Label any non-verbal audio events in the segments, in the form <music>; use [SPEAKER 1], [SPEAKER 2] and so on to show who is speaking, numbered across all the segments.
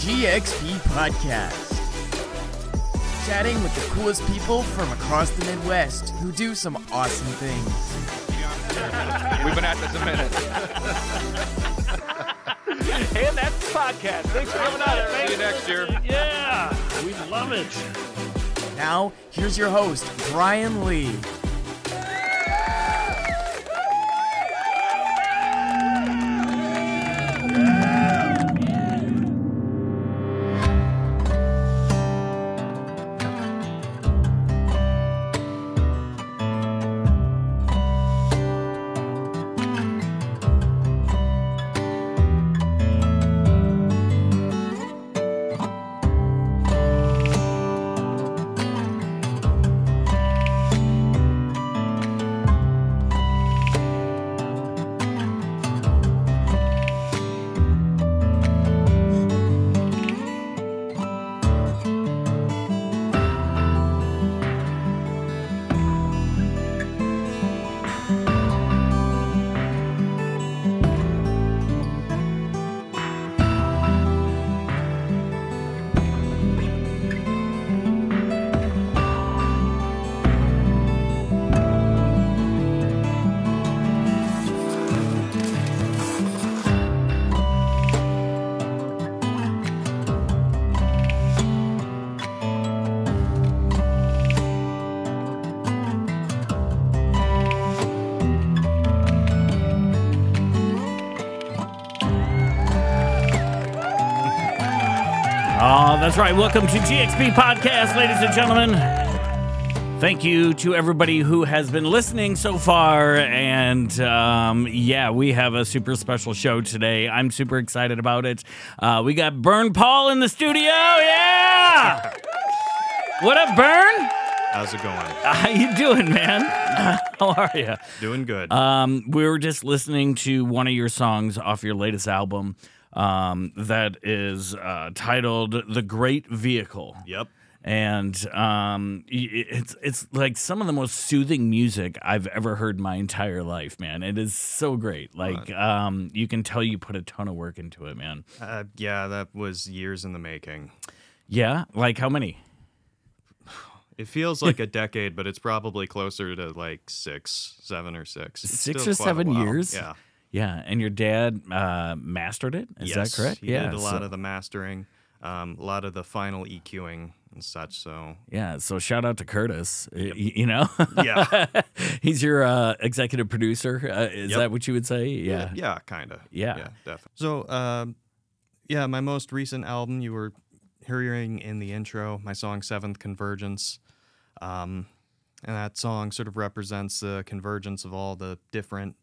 [SPEAKER 1] GXP Podcast. Chatting with the coolest people from across the Midwest who do some awesome things.
[SPEAKER 2] We've been at this a minute.
[SPEAKER 3] And that's the podcast. Thanks for coming out.
[SPEAKER 2] See you next year.
[SPEAKER 3] Yeah, we love it.
[SPEAKER 1] Now, here's your host, Brian Lee.
[SPEAKER 4] Oh, that's right. Welcome to GXP Podcast, ladies and gentlemen. Thank you to everybody who has been listening so far. And um, yeah, we have a super special show today. I'm super excited about it. Uh, we got Burn Paul in the studio.
[SPEAKER 2] <laughs>
[SPEAKER 4] Yeah. What up, Burn?
[SPEAKER 5] How's it going?
[SPEAKER 4] How you doing, man? <laughs> How are you?
[SPEAKER 5] Doing good.
[SPEAKER 4] Um, we were just listening to one of your songs off your latest album um, that is uh, titled "The Great Vehicle."
[SPEAKER 5] yep.
[SPEAKER 4] And um, y- y- it's it's like some of the most soothing music I've ever heard in my entire life, man. It is so great. Like um, you can tell you put a ton of work into it, man.
[SPEAKER 5] Uh, yeah, that was years in the making.
[SPEAKER 4] Yeah, like how many?
[SPEAKER 5] It feels like a decade, but it's probably closer to like six, seven, or six. It's
[SPEAKER 4] Six
[SPEAKER 5] still
[SPEAKER 4] or
[SPEAKER 5] quite a
[SPEAKER 4] seven
[SPEAKER 5] while.
[SPEAKER 4] years?
[SPEAKER 5] Yeah.
[SPEAKER 4] Yeah, and your dad uh, mastered it. Is
[SPEAKER 5] yes,
[SPEAKER 4] that correct?
[SPEAKER 5] He
[SPEAKER 4] yeah,
[SPEAKER 5] did a
[SPEAKER 4] so-
[SPEAKER 5] lot of the mastering, um, a lot of the final EQing and such.
[SPEAKER 4] <laughs>
[SPEAKER 5] So
[SPEAKER 4] Yeah, so shout out to Curtis. y- y- You know, <laughs>
[SPEAKER 5] yeah,
[SPEAKER 4] he's your uh, executive producer. Uh, is
[SPEAKER 5] Yep.
[SPEAKER 4] that what you would say? Yeah.
[SPEAKER 5] yeah, kind of.
[SPEAKER 4] Yeah.
[SPEAKER 5] yeah, definitely. So, um, yeah, my most recent album you were hearing in the intro, my song Seventh Convergence. Um, and that song sort of represents the convergence of all the different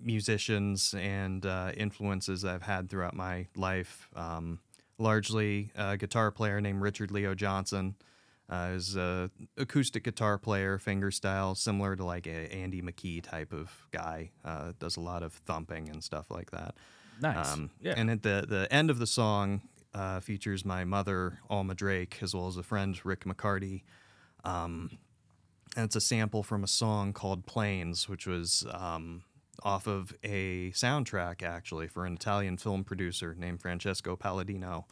[SPEAKER 5] musicians and uh, influences I've had throughout my life. Um, largely a guitar player named Richard Leo Johnson. Uh, is a acoustic guitar player, fingerstyle, similar to like a Andy McKee type of guy. Uh, does a lot of thumping and stuff like that.
[SPEAKER 4] Nice.
[SPEAKER 5] Um,
[SPEAKER 4] yeah.
[SPEAKER 5] And at the, the end of the song uh, features my mother, Alma Drake, as well as a friend, Rick McCarty. Um, and it's a sample from a song called Planes, which was um, off of a soundtrack, actually, for an Italian film producer named Francesco Palladino.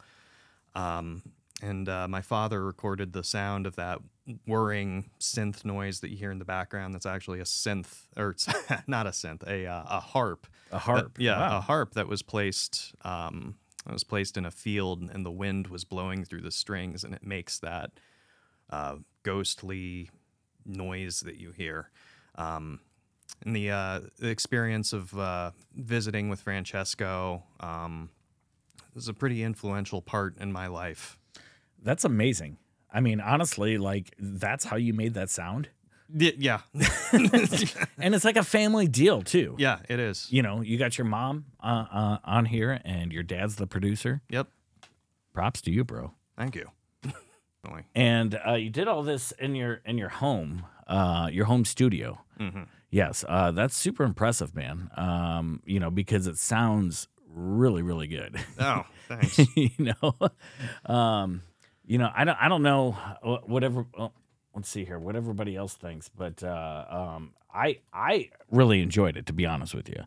[SPEAKER 5] Um, and uh, my father recorded the sound of that whirring synth noise that you hear in the background. That's actually a synth, or it's <laughs> not a synth, a, uh, a harp
[SPEAKER 4] a harp.
[SPEAKER 5] yeah,
[SPEAKER 4] Wow.
[SPEAKER 5] a harp that was placed um, that was placed in a field, and the wind was blowing through the strings, and it makes that uh, ghostly noise that you hear. Um, and the, uh, the experience of uh, visiting with Francesco um, is a pretty influential part in my life.
[SPEAKER 4] That's amazing. I mean, honestly, like that's how you made that sound.
[SPEAKER 5] Y- Yeah,
[SPEAKER 4] <laughs> And it's like a family deal too.
[SPEAKER 5] <laughs> yeah, it is.
[SPEAKER 4] You know, you got your mom uh, uh, on here, and your dad's the producer.
[SPEAKER 5] Yep.
[SPEAKER 4] Props to you, bro.
[SPEAKER 5] Thank you. <laughs> Definitely.
[SPEAKER 4] And uh, you did all this in your in your home, uh, your home studio.
[SPEAKER 5] Mhm.
[SPEAKER 4] Yes, uh, that's super impressive, man. Um, you know, because it sounds really, really good. <laughs>
[SPEAKER 5] Oh, thanks.
[SPEAKER 4] you know, um, you know, I don't, I don't know wh- whatever. Well, let's see here, what everybody else thinks, but uh, um, I, I really enjoyed it to be honest with you.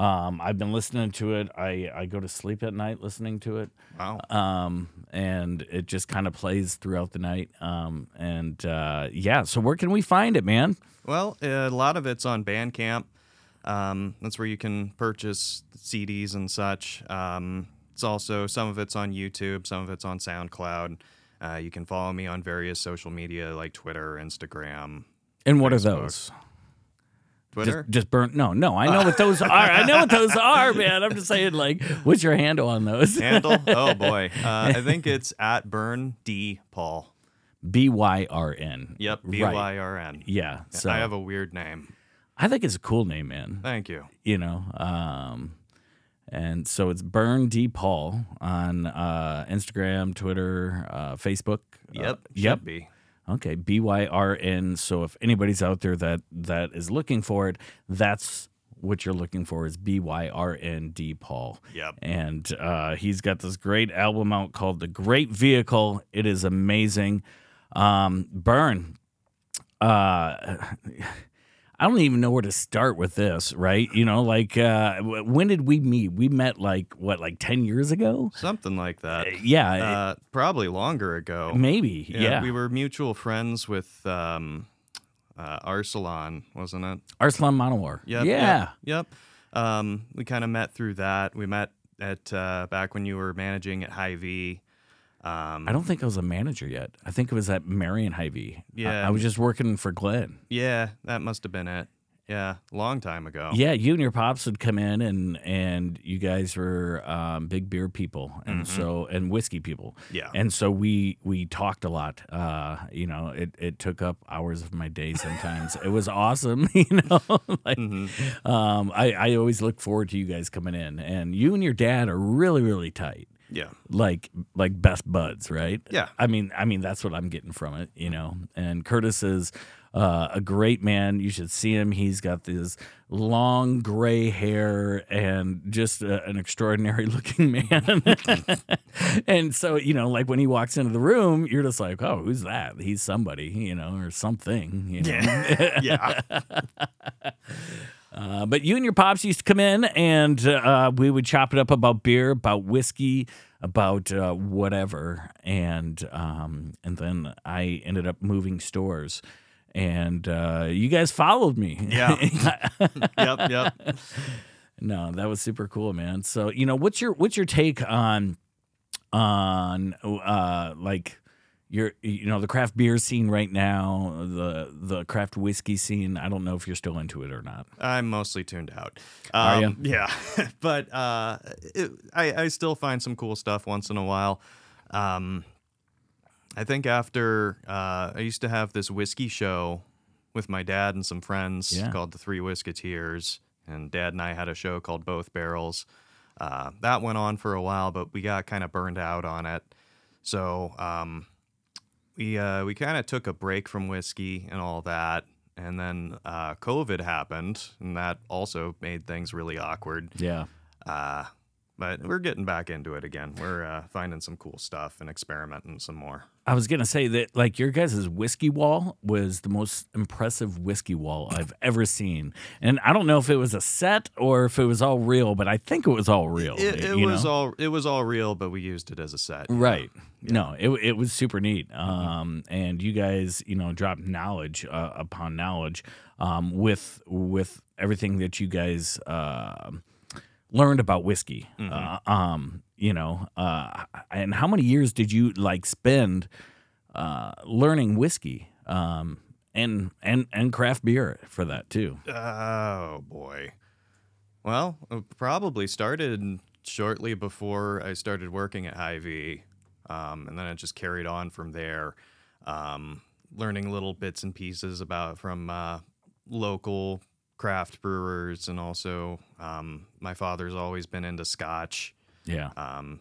[SPEAKER 4] Um, I've been listening to it. I, I go to sleep at night listening to it.
[SPEAKER 5] Wow.
[SPEAKER 4] Um, and it just kind of plays throughout the night. Um, and uh, yeah, so where can we find it, man?
[SPEAKER 5] Well, a lot of it's on Bandcamp. Um, that's where you can purchase CDs and such. Um, it's also some of it's on YouTube, some of it's on SoundCloud. Uh, you can follow me on various social media like Twitter, Instagram,
[SPEAKER 4] And what are those?
[SPEAKER 5] Twitter.
[SPEAKER 4] Just, just burnt? No, no. I know what those are. I know what those are, man. I'm just saying, like, what's your handle on those? <laughs>
[SPEAKER 5] Handle? Oh boy, uh, I think it's at Burn D Paul.
[SPEAKER 4] B Y R N.
[SPEAKER 5] Yep, B
[SPEAKER 4] Right. uh,
[SPEAKER 5] Y R N.
[SPEAKER 4] Yeah. So
[SPEAKER 5] I have a weird name.
[SPEAKER 4] I think it's a cool name, man.
[SPEAKER 5] Thank you.
[SPEAKER 4] you know. Um, and so it's Burn D Paul on uh, Instagram, Twitter, uh, Facebook. Uh,
[SPEAKER 5] Yep.
[SPEAKER 4] yep.
[SPEAKER 5] Should be.
[SPEAKER 4] Okay. B Y R N. So if anybody's out there that that is looking for it, that's what you're looking for is B Y R N D Paul.
[SPEAKER 5] Yep.
[SPEAKER 4] And uh, he's got this great album out called The Great Vehicle. It is amazing. Um, Burn. Uh, <laughs> I don't even know where to start with this, right? You know, like uh, w- when did we meet? We met like what, like ten years ago?
[SPEAKER 5] Something like that.
[SPEAKER 4] Yeah,
[SPEAKER 5] Uh, probably longer ago.
[SPEAKER 4] it- maybe. Yeah,
[SPEAKER 5] Uh, we were mutual friends with um, uh, Arsalan, wasn't it?
[SPEAKER 4] Arslan Manowar.
[SPEAKER 5] Yep,
[SPEAKER 4] yeah,
[SPEAKER 5] Yep. yep. Um, we kind of met through that. We met at uh, back when you were managing at High V. Um,
[SPEAKER 4] I don't think I was a manager yet. I think it was at Marion Hy-Vee. I,
[SPEAKER 5] Yeah.
[SPEAKER 4] was just working for Glenn.
[SPEAKER 5] yeah, that must have been it. Yeah, long time ago.
[SPEAKER 4] Yeah, you and your pops would come in, and and you guys were um, big beer people, and so and whiskey people.
[SPEAKER 5] Mm-hmm. Yeah.
[SPEAKER 4] and so we we talked a lot. Uh, you know, it it took up hours of my day sometimes. it was awesome. <laughs> You know, like
[SPEAKER 5] Mm-hmm.
[SPEAKER 4] um, I I always look forward to you guys coming in, and you and your dad are really really tight.
[SPEAKER 5] Yeah.
[SPEAKER 4] like like best buds, right?
[SPEAKER 5] Yeah.
[SPEAKER 4] I mean, I mean that's what I'm getting from it, you know. And Curtis is uh, a great man. You should see him. He's got this long gray hair and just uh, an extraordinary <laughs> looking man. and so, you know, like when he walks into the room, you're just like, oh, who's that? He's somebody, you know, or something. You know?
[SPEAKER 5] yeah.
[SPEAKER 4] Uh, but you and your pops used to come in, and uh, we would chop it up about beer, about whiskey, about uh, whatever, and um, and then I ended up moving stores, and uh, you guys followed me.
[SPEAKER 5] Yeah. yep. Yep.
[SPEAKER 4] <laughs> no, that was super cool, man. So you know, what's your what's your take on on uh, like your you know the craft beer scene right now, the the craft whiskey scene? I don't know if you're still into it or not.
[SPEAKER 5] I'm mostly tuned out.
[SPEAKER 4] Are
[SPEAKER 5] Um, Yeah, <laughs> but uh, it, I, I still find some cool stuff once in a while. Um, I think after uh, I used to have this whiskey show with my dad and some friends
[SPEAKER 4] Yeah.
[SPEAKER 5] called the Three Whisketeers, and Dad and I had a show called Both Barrels. Uh, that went on for a while, but we got kind of burned out on it. So um, we uh, we kind of took a break from whiskey and all that, and then uh, COVID happened, and that also made things really awkward.
[SPEAKER 4] Yeah.
[SPEAKER 5] Uh, but we're getting back into it again. We're uh, finding some cool stuff and experimenting some more.
[SPEAKER 4] I was gonna say that like your guys' whiskey wall was the most impressive whiskey wall I've ever seen, and I don't know if it was a set or if it was all real, but I think it was all real.
[SPEAKER 5] It, it
[SPEAKER 4] you
[SPEAKER 5] was
[SPEAKER 4] know?
[SPEAKER 5] all it was all real, but we used it as a set.
[SPEAKER 4] right. No, it it was super neat. Um, and you guys, you know, dropped knowledge uh, upon knowledge, um, with with everything that you guys um learned about whiskey. Uh, um, you know, uh, and how many years did you like spend? uh, learning whiskey um, and and and craft beer for that too.
[SPEAKER 5] Oh boy. Well, it probably started shortly before I started working at Hy-Vee, um, and then it just carried on from there, um, learning little bits and pieces about from uh, local craft brewers, and also um, my father's always been into Scotch,
[SPEAKER 4] Yeah,
[SPEAKER 5] um,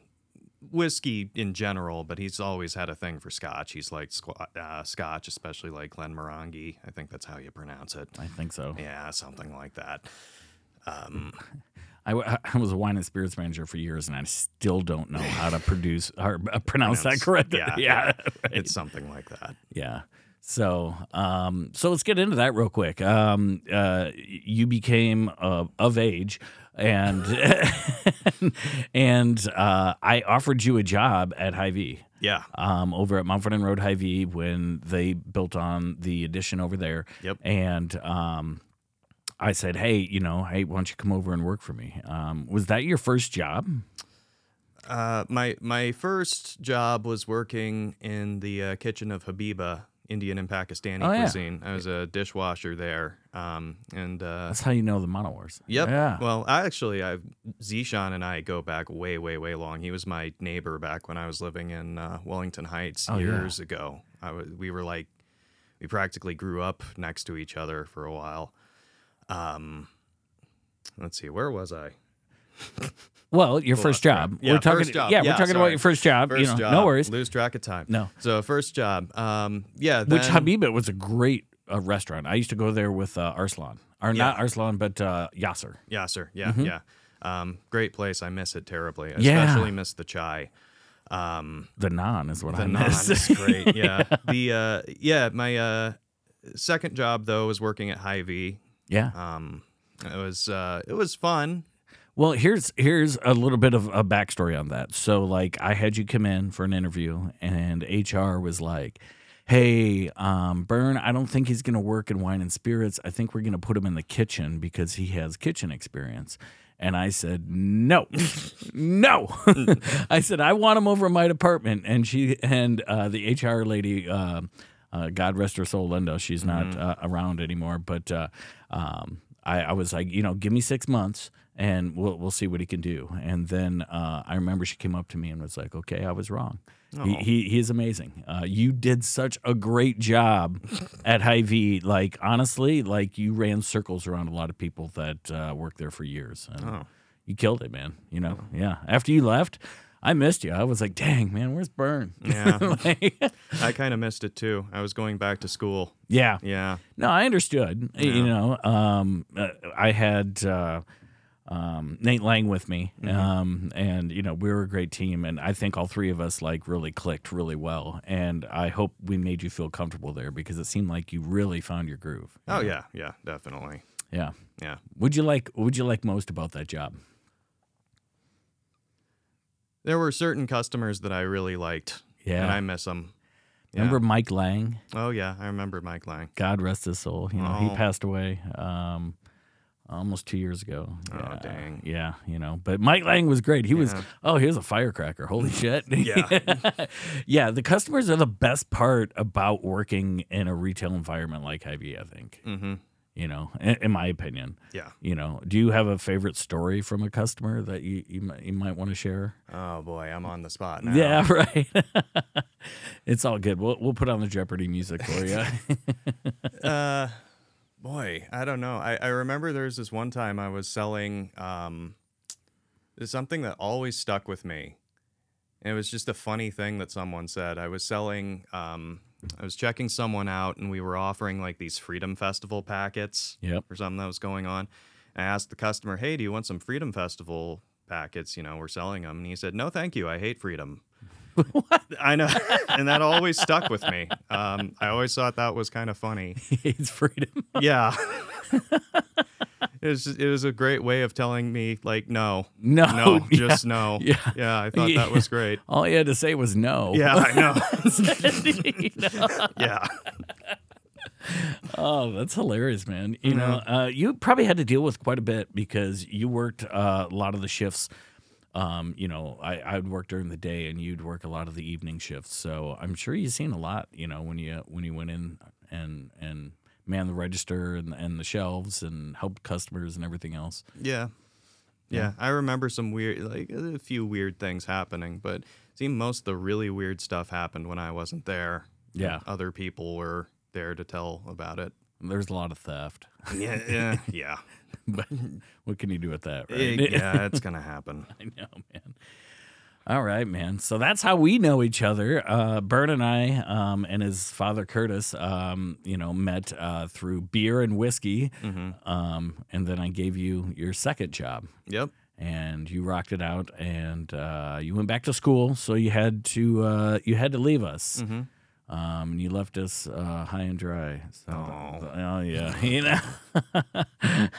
[SPEAKER 5] whiskey in general, but he's always had a thing for Scotch. He's like squa- uh, Scotch, especially like Glenmorangie. I think that's how you pronounce it.
[SPEAKER 4] I think so.
[SPEAKER 5] Yeah, something like that.
[SPEAKER 4] I, w- <laughs> I was a wine and spirits manager for years, and I still don't know
[SPEAKER 5] <laughs>
[SPEAKER 4] how to produce or uh, pronounce, that
[SPEAKER 5] Pronounce.
[SPEAKER 4] correctly.
[SPEAKER 5] Yeah,
[SPEAKER 4] <laughs> yeah,
[SPEAKER 5] It's something like that.
[SPEAKER 4] yeah. So, um, so let's get into that real quick. Um, uh, you became uh, of age, and <laughs> and uh, I offered you a job at High V
[SPEAKER 5] Yeah.
[SPEAKER 4] um, over at Mount Vernon Road High V when they built on the addition over there.
[SPEAKER 5] Yep.
[SPEAKER 4] And um, I said, hey, you know, hey, why don't you come over and work for me? Um, was that your first job?
[SPEAKER 5] Uh, my my first job was working in the uh, kitchen of Habiba, Indian and Pakistani
[SPEAKER 4] Oh, yeah.
[SPEAKER 5] cuisine. I was a dishwasher there, um, and uh,
[SPEAKER 4] That's how you know the Mono Wars.
[SPEAKER 5] yep.
[SPEAKER 4] Yeah.
[SPEAKER 5] Well, I actually, I Zishan and I go back way, way, way long. He was my neighbor back when I was living in uh, Wellington Heights
[SPEAKER 4] Oh, yeah.
[SPEAKER 5] years ago. I wa- we were like, we practically grew up next to each other for a while. Um, let's see, where was I?
[SPEAKER 4] Well, your first job.
[SPEAKER 5] Yeah,
[SPEAKER 4] we're talking,
[SPEAKER 5] first job.
[SPEAKER 4] Yeah, we're
[SPEAKER 5] Yeah,
[SPEAKER 4] talking about
[SPEAKER 5] sorry.
[SPEAKER 4] your first job.
[SPEAKER 5] First
[SPEAKER 4] you know,
[SPEAKER 5] job.
[SPEAKER 4] no worries.
[SPEAKER 5] Lose track of time.
[SPEAKER 4] No.
[SPEAKER 5] So first job. Um, yeah.
[SPEAKER 4] Which
[SPEAKER 5] then-
[SPEAKER 4] Habiba was a great uh, restaurant. I used to go there with uh, Arslan, or
[SPEAKER 5] Yeah.
[SPEAKER 4] not Arslan, but uh, Yasser.
[SPEAKER 5] Yeah, sir. Yeah, yeah. Um, great place. I miss it terribly. I
[SPEAKER 4] Mm-hmm. Yeah.
[SPEAKER 5] especially miss the chai. Um,
[SPEAKER 4] The non is what
[SPEAKER 5] the
[SPEAKER 4] I
[SPEAKER 5] naan
[SPEAKER 4] miss.
[SPEAKER 5] is great. Yeah. The uh, yeah. My uh, second job though was working at Hy V.
[SPEAKER 4] <laughs> yeah.
[SPEAKER 5] Um, it was uh, it was fun.
[SPEAKER 4] Well, here's here's a little bit of a backstory on that. So, like, I had you come in for an interview, and HR was like, "Hey, um, Byrne, I don't think he's going to work in wine and spirits. I think we're going to put him in the kitchen because he has kitchen experience." And I said, "No, <laughs> no." <laughs> I said, "I want him over at my department." And she and uh, the HR lady. Uh, uh, God rest her soul, Linda. She's not uh, around anymore. But uh, um, I, I was like, you know, give me six months and we'll we'll see what he can do. And then uh, I remember she came up to me and was like, okay, I was wrong. He, he he is amazing. Uh, you did such a great job at High V. Like honestly, like you ran circles around a lot of people that uh, worked there for years. And You killed it, man. You know, yeah. After you left, I missed you. I was like, dang, man, where's Burn?
[SPEAKER 5] Yeah.
[SPEAKER 4] <laughs>
[SPEAKER 5] I kind of missed it too. I was going back to school.
[SPEAKER 4] yeah.
[SPEAKER 5] Yeah.
[SPEAKER 4] No, I understood. You know, um, uh, I had uh, um, Nate Lang with me,
[SPEAKER 5] Mm-hmm.
[SPEAKER 4] um, and you know we were a great team, and I think all three of us like really clicked really well, and I hope we made you feel comfortable there because it seemed like you really found your groove.
[SPEAKER 5] Oh yeah. Yeah. Definitely.
[SPEAKER 4] Yeah.
[SPEAKER 5] Yeah.
[SPEAKER 4] Would you like? Would you like most about that job?
[SPEAKER 5] There were certain customers that I really liked.
[SPEAKER 4] Yeah.
[SPEAKER 5] And I miss them.
[SPEAKER 4] Remember Mike Lang?
[SPEAKER 5] Oh yeah, I remember Mike Lang.
[SPEAKER 4] God rest his soul. You know, he
[SPEAKER 5] Oh.
[SPEAKER 4] passed away um, almost two years ago.
[SPEAKER 5] Oh,
[SPEAKER 4] Yeah.
[SPEAKER 5] dang.
[SPEAKER 4] Yeah, you know, but Mike Lang was great. He was, oh, here's a firecracker.
[SPEAKER 5] <laughs>
[SPEAKER 4] Holy shit.
[SPEAKER 5] Yeah.
[SPEAKER 4] <laughs> yeah, the customers are the best part about working in a retail environment like Hy-Vee, I think,
[SPEAKER 5] Mm-hmm.
[SPEAKER 4] you know, in, in my opinion.
[SPEAKER 5] Yeah.
[SPEAKER 4] You know, do you have a favorite story from a customer that you, you, might- you might want to share?
[SPEAKER 5] Oh boy, I'm on the spot now.
[SPEAKER 4] Yeah, <laughs> right. <laughs> it's all good. We'll, we'll put on the Jeopardy music for you. <laughs>
[SPEAKER 5] Uh, boy, I don't know. I, I remember there was this one time I was selling um, something that always stuck with me. And it was just a funny thing that someone said. I was selling, um, I was checking someone out, and we were offering like these Freedom Festival packets
[SPEAKER 4] Yep.
[SPEAKER 5] or something that was going on. And I asked the customer, hey, do you want some Freedom Festival packets? You know, we're selling them. And he said, no, thank you. I hate freedom. I know. <laughs> and that always stuck with me. Um, I always thought that was kind of funny
[SPEAKER 4] he hates freedom. <laughs>
[SPEAKER 5] yeah. <laughs> it was it was a great way of telling me like no,
[SPEAKER 4] No,
[SPEAKER 5] no,
[SPEAKER 4] <laughs> yeah,
[SPEAKER 5] just no.
[SPEAKER 4] yeah.
[SPEAKER 5] yeah. I thought that
[SPEAKER 4] <laughs>
[SPEAKER 5] was great.
[SPEAKER 4] All he had to say was no.
[SPEAKER 5] Yeah, I
[SPEAKER 4] <laughs>
[SPEAKER 5] know. <laughs>
[SPEAKER 4] You know?
[SPEAKER 5] yeah,
[SPEAKER 4] Oh, that's hilarious, man. You know, uh, you probably had to deal with quite a bit because you worked uh, a lot of the shifts. Um, you know, I, I would work during the day and you'd work a lot of the evening shifts. So I'm sure you've seen a lot, you know, when you when you went in and and man the register and, and the shelves and helped customers and everything else.
[SPEAKER 5] yeah, yeah. I remember some weird, like a few weird things happening, but it seemed most of the really weird stuff happened when I wasn't there.
[SPEAKER 4] Yeah.
[SPEAKER 5] other people were there to tell about it.
[SPEAKER 4] There's a lot of theft. <laughs>
[SPEAKER 5] <laughs> Yeah, yeah, yeah.
[SPEAKER 4] but what can you do with that, <laughs> right?
[SPEAKER 5] yeah, it's gonna happen.
[SPEAKER 4] <laughs> I know, man. All right, man. So that's how we know each other. Uh, Bert and I, um, and his father Curtis, um, you know, met uh, through beer and whiskey. Um, and then I gave you your second job,
[SPEAKER 5] Yep.
[SPEAKER 4] and you rocked it out.
[SPEAKER 5] Mm-hmm.
[SPEAKER 4] And uh, you went back to school, so you had to uh, you had to leave us. Um, and you left us uh, high and dry. So, oh yeah, <laughs> you know,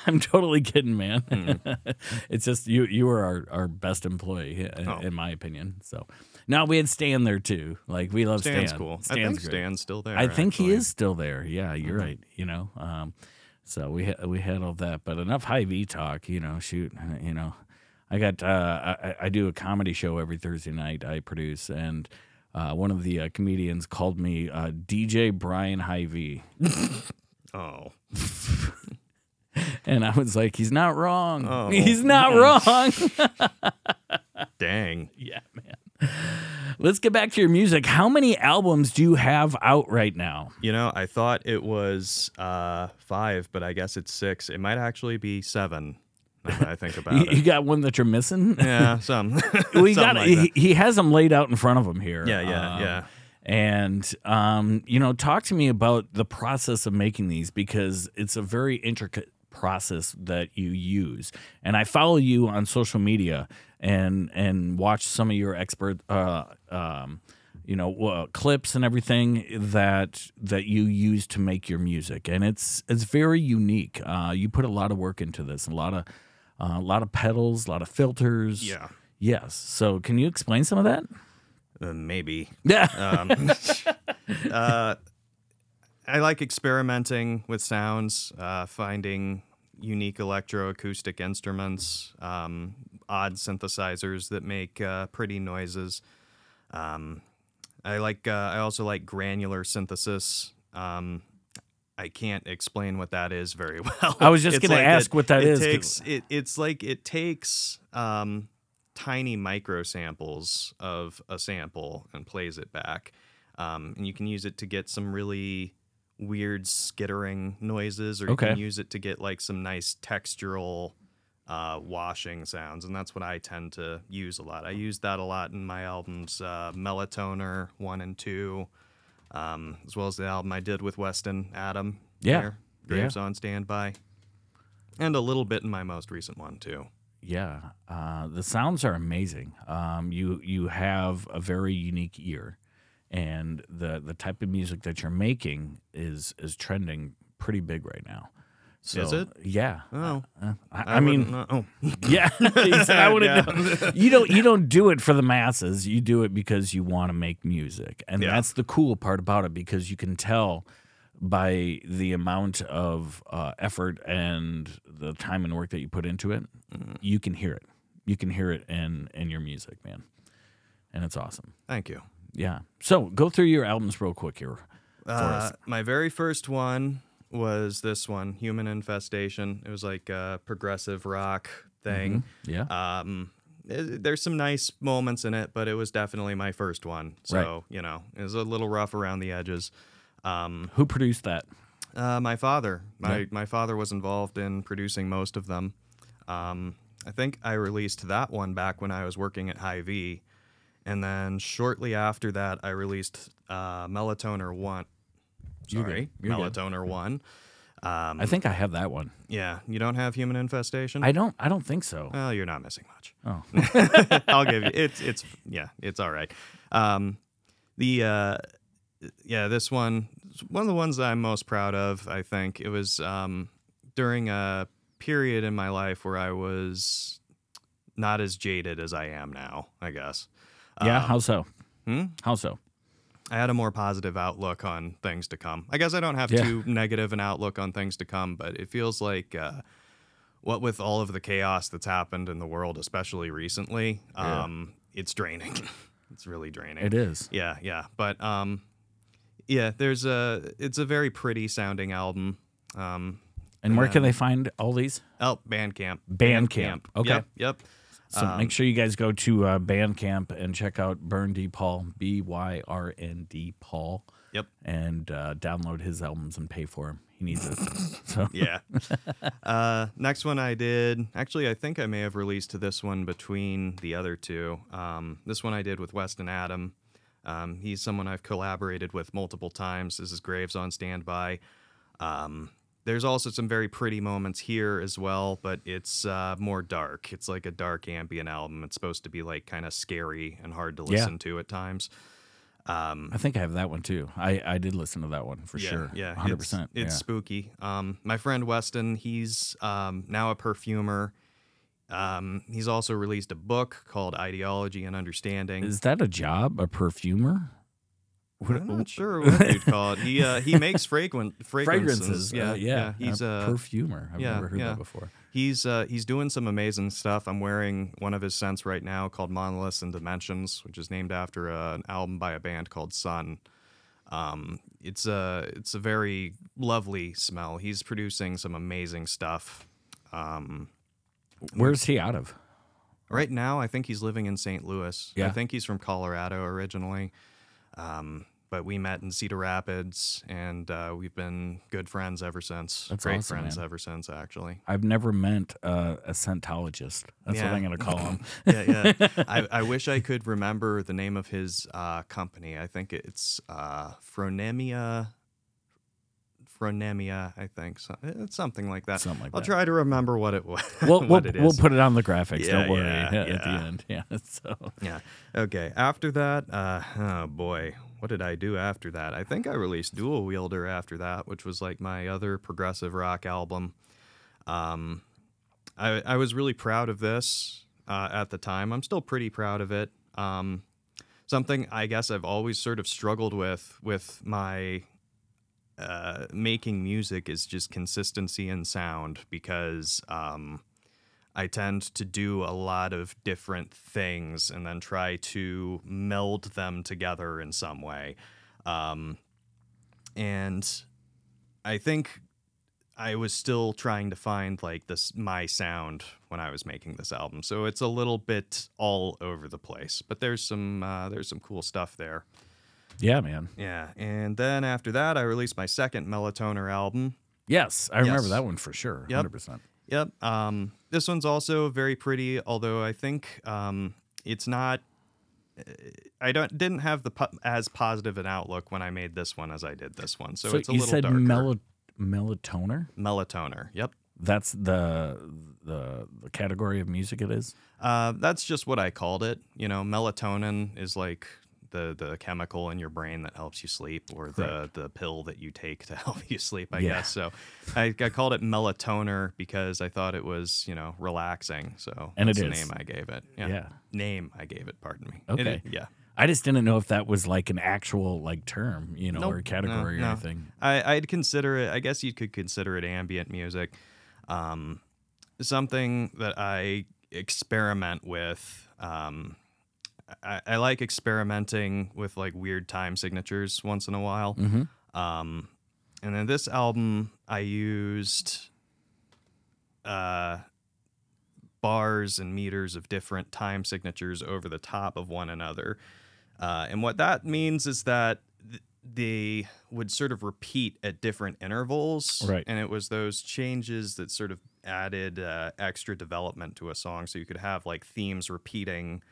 [SPEAKER 4] I'm totally kidding, man.
[SPEAKER 5] Hmm.
[SPEAKER 4] <laughs> it's just you you were our, our best employee in,
[SPEAKER 5] Oh.
[SPEAKER 4] in my opinion. So now we had Stan there too. Like we love
[SPEAKER 5] Stan's
[SPEAKER 4] Stan.
[SPEAKER 5] cool. I
[SPEAKER 4] Stan's
[SPEAKER 5] think
[SPEAKER 4] great.
[SPEAKER 5] Stan's still there.
[SPEAKER 4] I think he
[SPEAKER 5] actually.
[SPEAKER 4] is still there. Yeah, you're right. You know, um, so we ha- we had all that, but enough high V talk. You know, shoot, you know, I got uh, I, I- I do a comedy show every Thursday night. I produce, and uh, one of the uh, comedians called me uh, DJ Brian High V, <laughs>
[SPEAKER 5] Oh,
[SPEAKER 4] and I was like, he's not wrong. <laughs>
[SPEAKER 5] Oh,
[SPEAKER 4] he's not wrong. <laughs>
[SPEAKER 5] dang.
[SPEAKER 4] yeah, man. Let's get back to your music. How many albums do you have out right now?
[SPEAKER 5] You know, I thought it was uh, five, but I guess it's six. It might actually be seven. Now that
[SPEAKER 4] <laughs>
[SPEAKER 5] I think about
[SPEAKER 4] You, you
[SPEAKER 5] it.
[SPEAKER 4] got one that you're missing?
[SPEAKER 5] Yeah, some.
[SPEAKER 4] <laughs> we
[SPEAKER 5] <laughs> Something
[SPEAKER 4] got
[SPEAKER 5] like that.
[SPEAKER 4] he, he has them laid out in front of him here.
[SPEAKER 5] Yeah, yeah,
[SPEAKER 4] Um,
[SPEAKER 5] yeah.
[SPEAKER 4] And um, you know, talk to me about the process of making these because it's a very intricate process that you use. And I follow you on social media and and watch some of your expert uh, um, you know uh, clips and everything that that you use to make your music and it's it's very unique uh, you put a lot of work into this a lot of uh, a lot of pedals a lot of filters
[SPEAKER 5] Yeah.
[SPEAKER 4] Yes. So can you explain some of that?
[SPEAKER 5] Uh, maybe.
[SPEAKER 4] <laughs> Yeah.
[SPEAKER 5] Um, <laughs> uh, I like experimenting with sounds, uh, finding unique electroacoustic instruments, um, odd synthesizers that make uh, pretty noises. Um, I like. Uh, I also like granular synthesis. Um, I can't explain what that is very <laughs> well.
[SPEAKER 4] I was just
[SPEAKER 5] It's
[SPEAKER 4] gonna
[SPEAKER 5] like
[SPEAKER 4] ask
[SPEAKER 5] it-
[SPEAKER 4] what that
[SPEAKER 5] it
[SPEAKER 4] is, 'cause-
[SPEAKER 5] Takes, it, it's like it takes um, tiny micro samples of a sample and plays it back. Um, and you can use it to get some really weird skittering noises, or you can
[SPEAKER 4] Okay.
[SPEAKER 5] use it to get like some nice textural uh, washing sounds. And that's what I tend to use a lot. I use that a lot in my albums, uh, Melatoner 1 and 2, um, as well as the album I did with Weston Adam.
[SPEAKER 4] Yeah.
[SPEAKER 5] here,
[SPEAKER 4] Yeah.
[SPEAKER 5] Graves on Standby. And a little bit in my most recent one, too.
[SPEAKER 4] yeah. Uh, the sounds are amazing. Um, you you have a very unique ear, and the the type of music that you're making is is trending pretty big right now. So,
[SPEAKER 5] Is it?
[SPEAKER 4] Yeah.
[SPEAKER 5] Oh.
[SPEAKER 4] Uh, I, I mean,
[SPEAKER 5] wouldn't know. oh. <laughs>
[SPEAKER 4] yeah. <laughs> He said, I wouldn't
[SPEAKER 5] Yeah.
[SPEAKER 4] know. You don't you don't do it for the masses. You do it because you want to make music. And
[SPEAKER 5] Yeah.
[SPEAKER 4] that's the cool part about it because you can tell by the amount of uh, effort and the time and work that you put into it,
[SPEAKER 5] Mm-hmm.
[SPEAKER 4] you can hear it. You can hear it in in your music, man. And it's awesome.
[SPEAKER 5] Thank you.
[SPEAKER 4] Yeah. So go through your albums real quick here. for us.
[SPEAKER 5] Uh, my very first one was this one, Human Infestation. It was like a progressive rock thing.
[SPEAKER 4] Yeah.
[SPEAKER 5] Um, it- there's some nice moments in it, but it was definitely my first one. So,
[SPEAKER 4] Right.
[SPEAKER 5] you know, it was a little rough around the edges. Um,
[SPEAKER 4] Who produced that?
[SPEAKER 5] uh, my father, my, my father was involved in producing most of them. Um, I think I released that one back when I was working at High V. And then shortly after that, I released uh, Melatoner 1.
[SPEAKER 4] You're good.
[SPEAKER 5] Sorry,
[SPEAKER 4] You're good.
[SPEAKER 5] Melatoner 1.
[SPEAKER 4] I
[SPEAKER 5] mm.
[SPEAKER 4] think I have that one.
[SPEAKER 5] Yeah, you don't have human infestation?
[SPEAKER 4] I don't I don't think so.
[SPEAKER 5] Well, you're not missing much.
[SPEAKER 4] Oh.
[SPEAKER 5] <laughs> I'll give you. It's it's yeah, it's all right. Um, the uh, yeah, this one it's one of the ones that I'm most proud of. I think it was um, during a period in my life where I was not as jaded as I am now. I guess
[SPEAKER 4] Yeah, how so?
[SPEAKER 5] Uh, hmm?
[SPEAKER 4] How so?
[SPEAKER 5] I had a more positive outlook on things to come. I guess I don't have
[SPEAKER 4] Yeah.
[SPEAKER 5] too negative an outlook on things to come, but it feels like uh, what with all of the chaos that's happened in the world, especially recently, um, it's draining. <laughs> it's really draining.
[SPEAKER 4] It is.
[SPEAKER 5] Yeah, yeah. But um, yeah, there's a. It's a very pretty sounding album. Um,
[SPEAKER 4] And where can they find all these?
[SPEAKER 5] oh, Bandcamp.
[SPEAKER 4] Bandcamp. Okay.
[SPEAKER 5] Yep. Yep.
[SPEAKER 4] So
[SPEAKER 5] Um,
[SPEAKER 4] make sure you guys go to uh, Bandcamp and check out Burn D Paul, B Y R N D Paul,
[SPEAKER 5] Yep.
[SPEAKER 4] and uh, download his albums and pay for him. He needs it.
[SPEAKER 5] <coughs>
[SPEAKER 4] so
[SPEAKER 5] <laughs> yeah. Uh, next one I did. Actually, I think I may have released this one between the other two. Um, this one I did with Weston Adam. Um, he's someone I've collaborated with multiple times. This is Graves on standby. Um, there's also some very pretty moments here as well, but it's uh, more dark. It's like a dark ambient album. It's supposed to be like kind of scary and hard to
[SPEAKER 4] Yeah.
[SPEAKER 5] listen to at times. Um,
[SPEAKER 4] I think I have that one too. I, I did listen to that one for
[SPEAKER 5] yeah,
[SPEAKER 4] sure.
[SPEAKER 5] Yeah,
[SPEAKER 4] 100%.
[SPEAKER 5] It's, it's
[SPEAKER 4] yeah.
[SPEAKER 5] spooky. Um, my friend Weston, he's um, now a perfumer. Um, he's also released a book called Ideology and Understanding.
[SPEAKER 4] Is that a job? A perfumer?
[SPEAKER 5] I'm not sure
[SPEAKER 4] <laughs>
[SPEAKER 5] what you'd call it. He uh, he makes fragrant fragrances.
[SPEAKER 4] Fragrances.
[SPEAKER 5] Yeah,
[SPEAKER 4] uh, yeah.
[SPEAKER 5] He's
[SPEAKER 4] a
[SPEAKER 5] uh,
[SPEAKER 4] perfumer. I've
[SPEAKER 5] yeah,
[SPEAKER 4] never heard
[SPEAKER 5] yeah.
[SPEAKER 4] that before.
[SPEAKER 5] he's uh, he's doing some amazing stuff. I'm wearing one of his scents right now called Monoliths and Dimensions, which is named after uh, an album by a band called Sun. Um, it's a it's a very lovely smell. He's producing some amazing stuff. Um,
[SPEAKER 4] Where's he out of?
[SPEAKER 5] Right now, I think he's living in St. Louis.
[SPEAKER 4] Yeah.
[SPEAKER 5] I think he's from Colorado originally. Um, but we met in Cedar Rapids, and uh, we've been good friends ever since.
[SPEAKER 4] That's
[SPEAKER 5] Great
[SPEAKER 4] awesome,
[SPEAKER 5] friends
[SPEAKER 4] man.
[SPEAKER 5] ever since, actually.
[SPEAKER 4] I've never met uh, a Scientologist. That's
[SPEAKER 5] Yeah.
[SPEAKER 4] what I'm going to call
[SPEAKER 5] <coughs>
[SPEAKER 4] him. <laughs>
[SPEAKER 5] Yeah, yeah. I, I wish I could remember the name of his uh, company. I think it's uh, Phronemia. Phronemia, I think. So, it's something like that.
[SPEAKER 4] Something like
[SPEAKER 5] I'll
[SPEAKER 4] that.
[SPEAKER 5] try to remember what it was. <laughs>
[SPEAKER 4] we'll,
[SPEAKER 5] what
[SPEAKER 4] we'll,
[SPEAKER 5] it
[SPEAKER 4] we'll
[SPEAKER 5] is.
[SPEAKER 4] put it on the graphics. don't
[SPEAKER 5] Yeah,
[SPEAKER 4] worry.
[SPEAKER 5] yeah,
[SPEAKER 4] <laughs> at the
[SPEAKER 5] yeah.
[SPEAKER 4] end. Yeah. So
[SPEAKER 5] Yeah. Okay. After that, uh, oh boy, what did I do after that? I think I released Dual Wielder after that, which was like my other progressive rock album. Um, I, I was really proud of this uh, at the time. I'm still pretty proud of it. Um, something I guess I've always sort of struggled with with my uh, making music is just consistency in sound because um, I tend to do a lot of different things and then try to meld them together in some way. Um, and I think I was still trying to find like this my sound when I was making this album. So it's a little bit all over the place, but there's some uh, there's some cool stuff there.
[SPEAKER 4] yeah, man.
[SPEAKER 5] Yeah, and then after that, I released my second Melatoner album.
[SPEAKER 4] Yes, I remember
[SPEAKER 5] Yes.
[SPEAKER 4] that one for sure.
[SPEAKER 5] Yep.
[SPEAKER 4] 100%.
[SPEAKER 5] Yep. Um, this one's also very pretty, although I think um, it's not. uh, I don't didn't have the po- as positive an outlook when I made this one as I did this one, so, it's a
[SPEAKER 4] you
[SPEAKER 5] little
[SPEAKER 4] said
[SPEAKER 5] darker.
[SPEAKER 4] melo- melatoner?
[SPEAKER 5] Melatoner. Yep.
[SPEAKER 4] That's the, the the category of music it is.
[SPEAKER 5] Uh, that's just what I called it. You know, melatonin is like the the chemical in your brain that helps you sleep, or the the pill that you take to <laughs> help you sleep. I
[SPEAKER 4] Yeah.
[SPEAKER 5] guess so. I, I called it melatoner because I thought it was you know relaxing. So
[SPEAKER 4] And it
[SPEAKER 5] that's the
[SPEAKER 4] is.
[SPEAKER 5] name I gave it.
[SPEAKER 4] Yeah.
[SPEAKER 5] name I gave it. Pardon me. It-
[SPEAKER 4] Okay.
[SPEAKER 5] yeah.
[SPEAKER 4] I just didn't know if that was like an actual like term, you know,
[SPEAKER 5] Nope.
[SPEAKER 4] or category
[SPEAKER 5] No,
[SPEAKER 4] or
[SPEAKER 5] no.
[SPEAKER 4] anything.
[SPEAKER 5] I, I'd consider it. I guess you could consider it ambient music. Um, something that I experiment with. Um, I, I like experimenting with like weird time signatures once in a while.
[SPEAKER 4] Mm-hmm.
[SPEAKER 5] Um, and then this album, I used uh, bars and meters of different time signatures over the top of one another. Uh, and what that means is that th- they would sort of repeat at different intervals.
[SPEAKER 4] Right.
[SPEAKER 5] And it was those changes that sort of added uh, extra development to a song. So you could have like themes repeating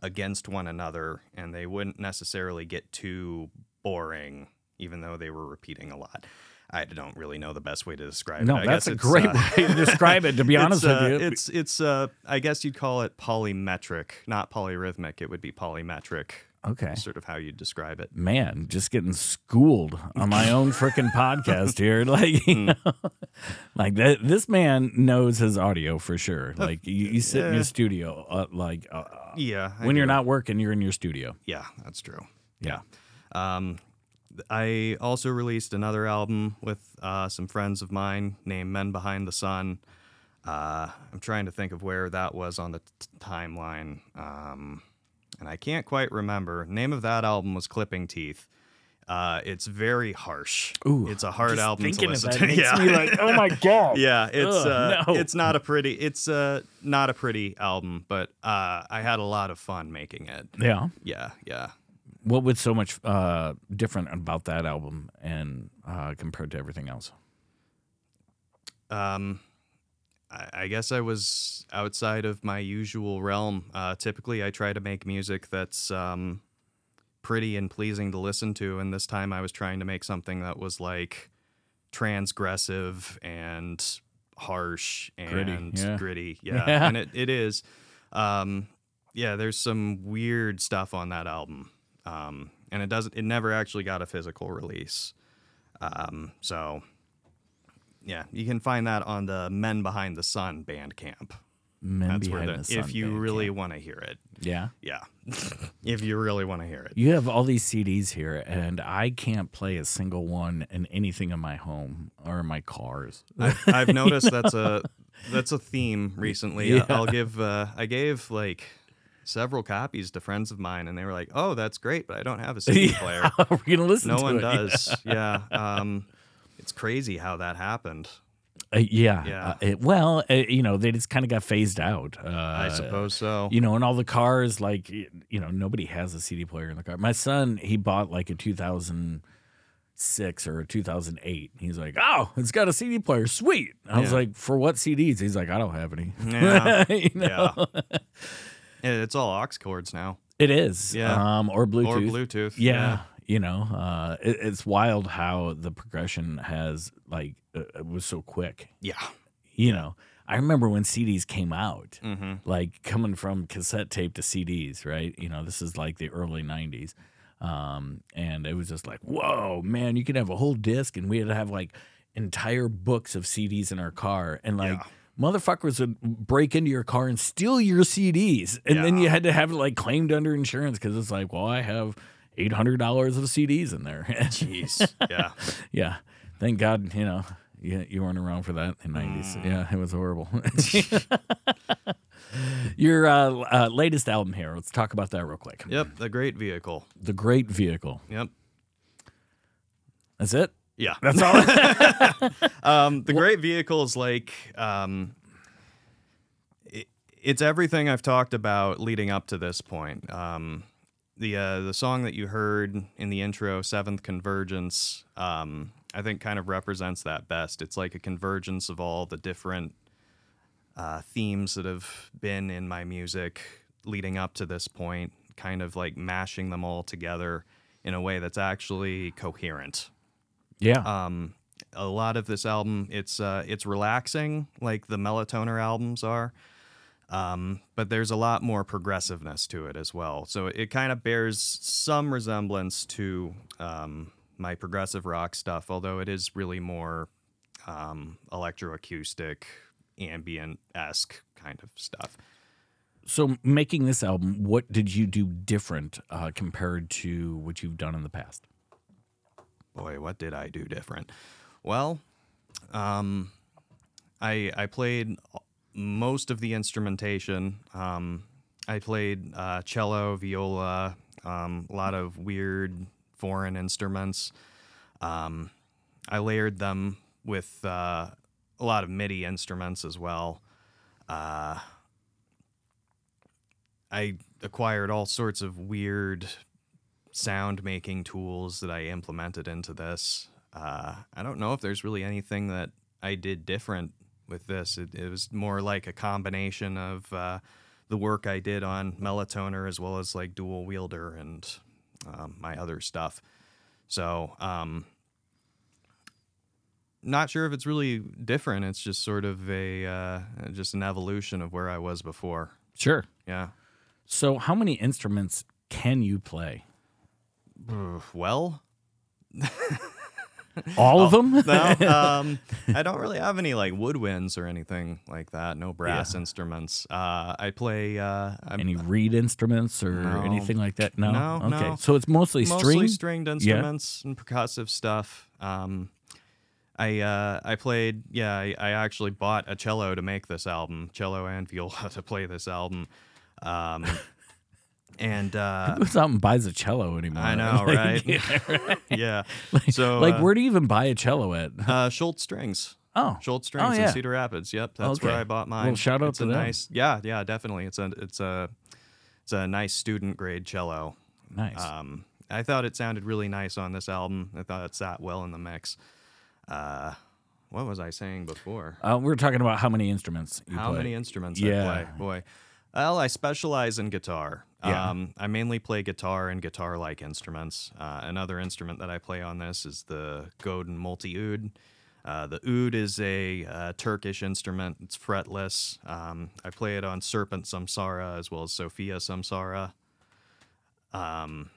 [SPEAKER 5] against one another and they wouldn't necessarily get too boring, even though they were repeating a lot. I don't really know the best way to describe
[SPEAKER 4] No,
[SPEAKER 5] it. I
[SPEAKER 4] that's
[SPEAKER 5] guess
[SPEAKER 4] a
[SPEAKER 5] it's,
[SPEAKER 4] great
[SPEAKER 5] uh,
[SPEAKER 4] way to describe it. To be honest
[SPEAKER 5] <laughs> it's,
[SPEAKER 4] with
[SPEAKER 5] uh,
[SPEAKER 4] you,
[SPEAKER 5] It's it's uh I guess you'd call it polymetric, not polyrhythmic. It would be polymetric.
[SPEAKER 4] okay.
[SPEAKER 5] Sort of how you describe it.
[SPEAKER 4] Man, just getting schooled on my own freaking podcast here. <laughs> Like,
[SPEAKER 5] Hmm.
[SPEAKER 4] you know, like that. This man knows his audio for sure. Like, you, you sit in
[SPEAKER 5] yeah.
[SPEAKER 4] your studio, uh, like uh, uh,
[SPEAKER 5] Yeah. I
[SPEAKER 4] when you're
[SPEAKER 5] do.
[SPEAKER 4] not working, you're in your studio.
[SPEAKER 5] Yeah, that's true.
[SPEAKER 4] Yeah.
[SPEAKER 5] Um th- I also released another album with uh, some friends of mine named Men Behind the Sun. Uh, I'm trying to think of where that was on the t- timeline. Um, and I can't quite remember. Name of that album was Clipping Teeth. Uh, it's very harsh.
[SPEAKER 4] Ooh,
[SPEAKER 5] it's a hard album to listen
[SPEAKER 4] that
[SPEAKER 5] to. <laughs>
[SPEAKER 4] makes me like, oh my god.
[SPEAKER 5] yeah it's
[SPEAKER 4] Ugh,
[SPEAKER 5] uh,
[SPEAKER 4] no.
[SPEAKER 5] it's not a pretty it's uh not a pretty album but uh i had a lot of fun making it
[SPEAKER 4] Yeah.
[SPEAKER 5] yeah yeah
[SPEAKER 4] What was so much uh, different about that album and uh, compared to everything else?
[SPEAKER 5] um I, I guess i was outside of my usual realm uh typically i try to make music that's um pretty and pleasing to listen to and this time i was trying to make something that was like transgressive and harsh and
[SPEAKER 4] Gritty, yeah. <laughs>
[SPEAKER 5] gritty. Yeah,
[SPEAKER 4] Yeah.
[SPEAKER 5] and it, it is. Um, yeah, there's some weird stuff on that album. um, and it doesn't. It never actually got a physical release. Um, so, yeah, you can find that on the Men Behind the Sun Bandcamp.
[SPEAKER 4] Men
[SPEAKER 5] That's where
[SPEAKER 4] Behind
[SPEAKER 5] the,
[SPEAKER 4] the Sun
[SPEAKER 5] if you
[SPEAKER 4] Bandcamp.
[SPEAKER 5] really want to hear it.
[SPEAKER 4] yeah.
[SPEAKER 5] Yeah, <laughs> if you really want to hear it.
[SPEAKER 4] You have all these CDs here, and I can't play a single one in anything in my home or in my cars. <laughs>
[SPEAKER 5] I've, I've noticed that's a that's a theme recently.
[SPEAKER 4] Yeah.
[SPEAKER 5] I'll give uh, I gave like several copies to friends of mine, and they were like, "Oh, that's great, but I don't have
[SPEAKER 4] <laughs>
[SPEAKER 5] a CD player.
[SPEAKER 4] We're gonna listen
[SPEAKER 5] No
[SPEAKER 4] to
[SPEAKER 5] one
[SPEAKER 4] it.
[SPEAKER 5] does." Yeah, um, it's crazy how that happened.
[SPEAKER 4] Uh, yeah.
[SPEAKER 5] Yeah.
[SPEAKER 4] Uh, it- well, uh, you know, they just kind of got phased out. Uh,
[SPEAKER 5] I suppose so.
[SPEAKER 4] You know, and all the cars, like, y- you know, nobody has a CD player in the car. My son, he bought like a 2006 or a 2008. He's like, oh, it's got a CD player. Sweet. I was
[SPEAKER 5] Yeah.
[SPEAKER 4] like, for what CDs? He's like, I don't have any.
[SPEAKER 5] Yeah.
[SPEAKER 4] <laughs> You know?
[SPEAKER 5] Yeah. And It's all aux cords now,
[SPEAKER 4] It is.
[SPEAKER 5] Yeah.
[SPEAKER 4] Um, or Bluetooth.
[SPEAKER 5] or Bluetooth.
[SPEAKER 4] Yeah. You know, uh, it, it's wild how the progression has, like, uh, it was so quick.
[SPEAKER 5] yeah,
[SPEAKER 4] You know, I remember when CDs came out.
[SPEAKER 5] hmm
[SPEAKER 4] like coming from cassette tape to CDs, right? You know, this is like the early 90s. Um, and it was just like, whoa, man, you could have a whole disc, and we'd have like entire books of CDs in our car. And like,
[SPEAKER 5] Yeah.
[SPEAKER 4] motherfuckers would break into your car and steal your CDs. And then
[SPEAKER 5] Yeah.
[SPEAKER 4] you had to have it like claimed under insurance because it's like, well, I have $800 of CDs in there. <laughs>
[SPEAKER 5] jeez, yeah,
[SPEAKER 4] yeah. Thank God, you know. Yeah, you weren't around for that in '90s. Yeah, it was horrible. <laughs> Your uh, l- uh, latest album here. Let's talk about that real quick.
[SPEAKER 5] yep, the great vehicle.
[SPEAKER 4] The Great Vehicle.
[SPEAKER 5] Yep,
[SPEAKER 4] That's it.
[SPEAKER 5] yeah.
[SPEAKER 4] That's <laughs> all.
[SPEAKER 5] <laughs> Um, the great vehicle is like um, it, it's everything I've talked about leading up to this point. Um, the uh, the song that you heard in the intro, Seventh Convergence, um, I think kind of represents that best. It's like a convergence of all the different uh, themes that have been in my music leading up to this point, kind of like mashing them all together in a way that's actually coherent
[SPEAKER 4] yeah.
[SPEAKER 5] um, a lot of this album it's uh, it's relaxing like the melatoner albums are um, but there's a lot more progressiveness to it as well so it kind of bears some resemblance to um, my progressive rock stuff although it is really more um, electroacoustic ambient-esque kind of stuff
[SPEAKER 4] so, making this album, what did you do different uh, compared to what you've done in the past?
[SPEAKER 5] boy, what did I do different? Well, um, I I played most of the instrumentation. Um, I played uh, cello, viola, um, a lot of weird foreign instruments. Um, I layered them with uh, a lot of MIDI instruments as well. Uh, I acquired all sorts of weird sound making tools that I implemented into this. Uh, I don't know if there's really anything that I did different with this. It, it was more like a combination of uh, the work I did on Melatoner as well as like Dual Wielder and um, my other stuff. So, um, not sure if it's really different. It's just sort of a uh, just an evolution of where I was before.
[SPEAKER 4] Sure.
[SPEAKER 5] Yeah.
[SPEAKER 4] So, how many instruments can you play?
[SPEAKER 5] Well,
[SPEAKER 4] All of them? <laughs>
[SPEAKER 5] no, um, I don't really have any like woodwinds or anything like that. No brass instruments. Uh, I play uh, I'm
[SPEAKER 4] Any reed instruments or
[SPEAKER 5] No.
[SPEAKER 4] anything like that? No.
[SPEAKER 5] No,
[SPEAKER 4] okay.
[SPEAKER 5] no.
[SPEAKER 4] So it's mostly,
[SPEAKER 5] mostly
[SPEAKER 4] string.
[SPEAKER 5] stringed instruments and percussive stuff. Um, I uh, I played yeah. I, I actually bought a cello to make this album, cello and viola <laughs> to play this album. Um, and
[SPEAKER 4] <laughs>
[SPEAKER 5] uh,
[SPEAKER 4] Who goes out and buys a cello anymore?
[SPEAKER 5] I know,
[SPEAKER 4] <laughs> Like,
[SPEAKER 5] right?
[SPEAKER 4] yeah, right?
[SPEAKER 5] yeah. <laughs> So
[SPEAKER 4] like,
[SPEAKER 5] uh,
[SPEAKER 4] where do you even buy a cello at? <laughs>
[SPEAKER 5] uh, Schultz strings.
[SPEAKER 4] Oh,
[SPEAKER 5] Schultz Strings
[SPEAKER 4] yeah.
[SPEAKER 5] in Cedar Rapids. Yep, that's where
[SPEAKER 4] Okay.
[SPEAKER 5] I bought mine.
[SPEAKER 4] Little shout out
[SPEAKER 5] it's
[SPEAKER 4] to
[SPEAKER 5] a
[SPEAKER 4] them.
[SPEAKER 5] nice. Yeah, yeah, definitely. It's a it's a it's a nice student grade cello.
[SPEAKER 4] nice.
[SPEAKER 5] Um, I thought it sounded really nice on this album. I thought it sat well in the mix. Uh, what was I saying before?
[SPEAKER 4] Uh, we were talking about how many instruments you
[SPEAKER 5] How
[SPEAKER 4] play.
[SPEAKER 5] many instruments
[SPEAKER 4] Yeah.
[SPEAKER 5] I play? Boy, well, I specialize in guitar.
[SPEAKER 4] Yeah.
[SPEAKER 5] Um, I mainly play guitar and guitar-like instruments. Uh, another instrument that I play on this is the Godin multi-oud. Uh, the oud is a uh, Turkish instrument. It's fretless. Um, I play it on Serpent Samsara as well as Sophia Samsara. Um,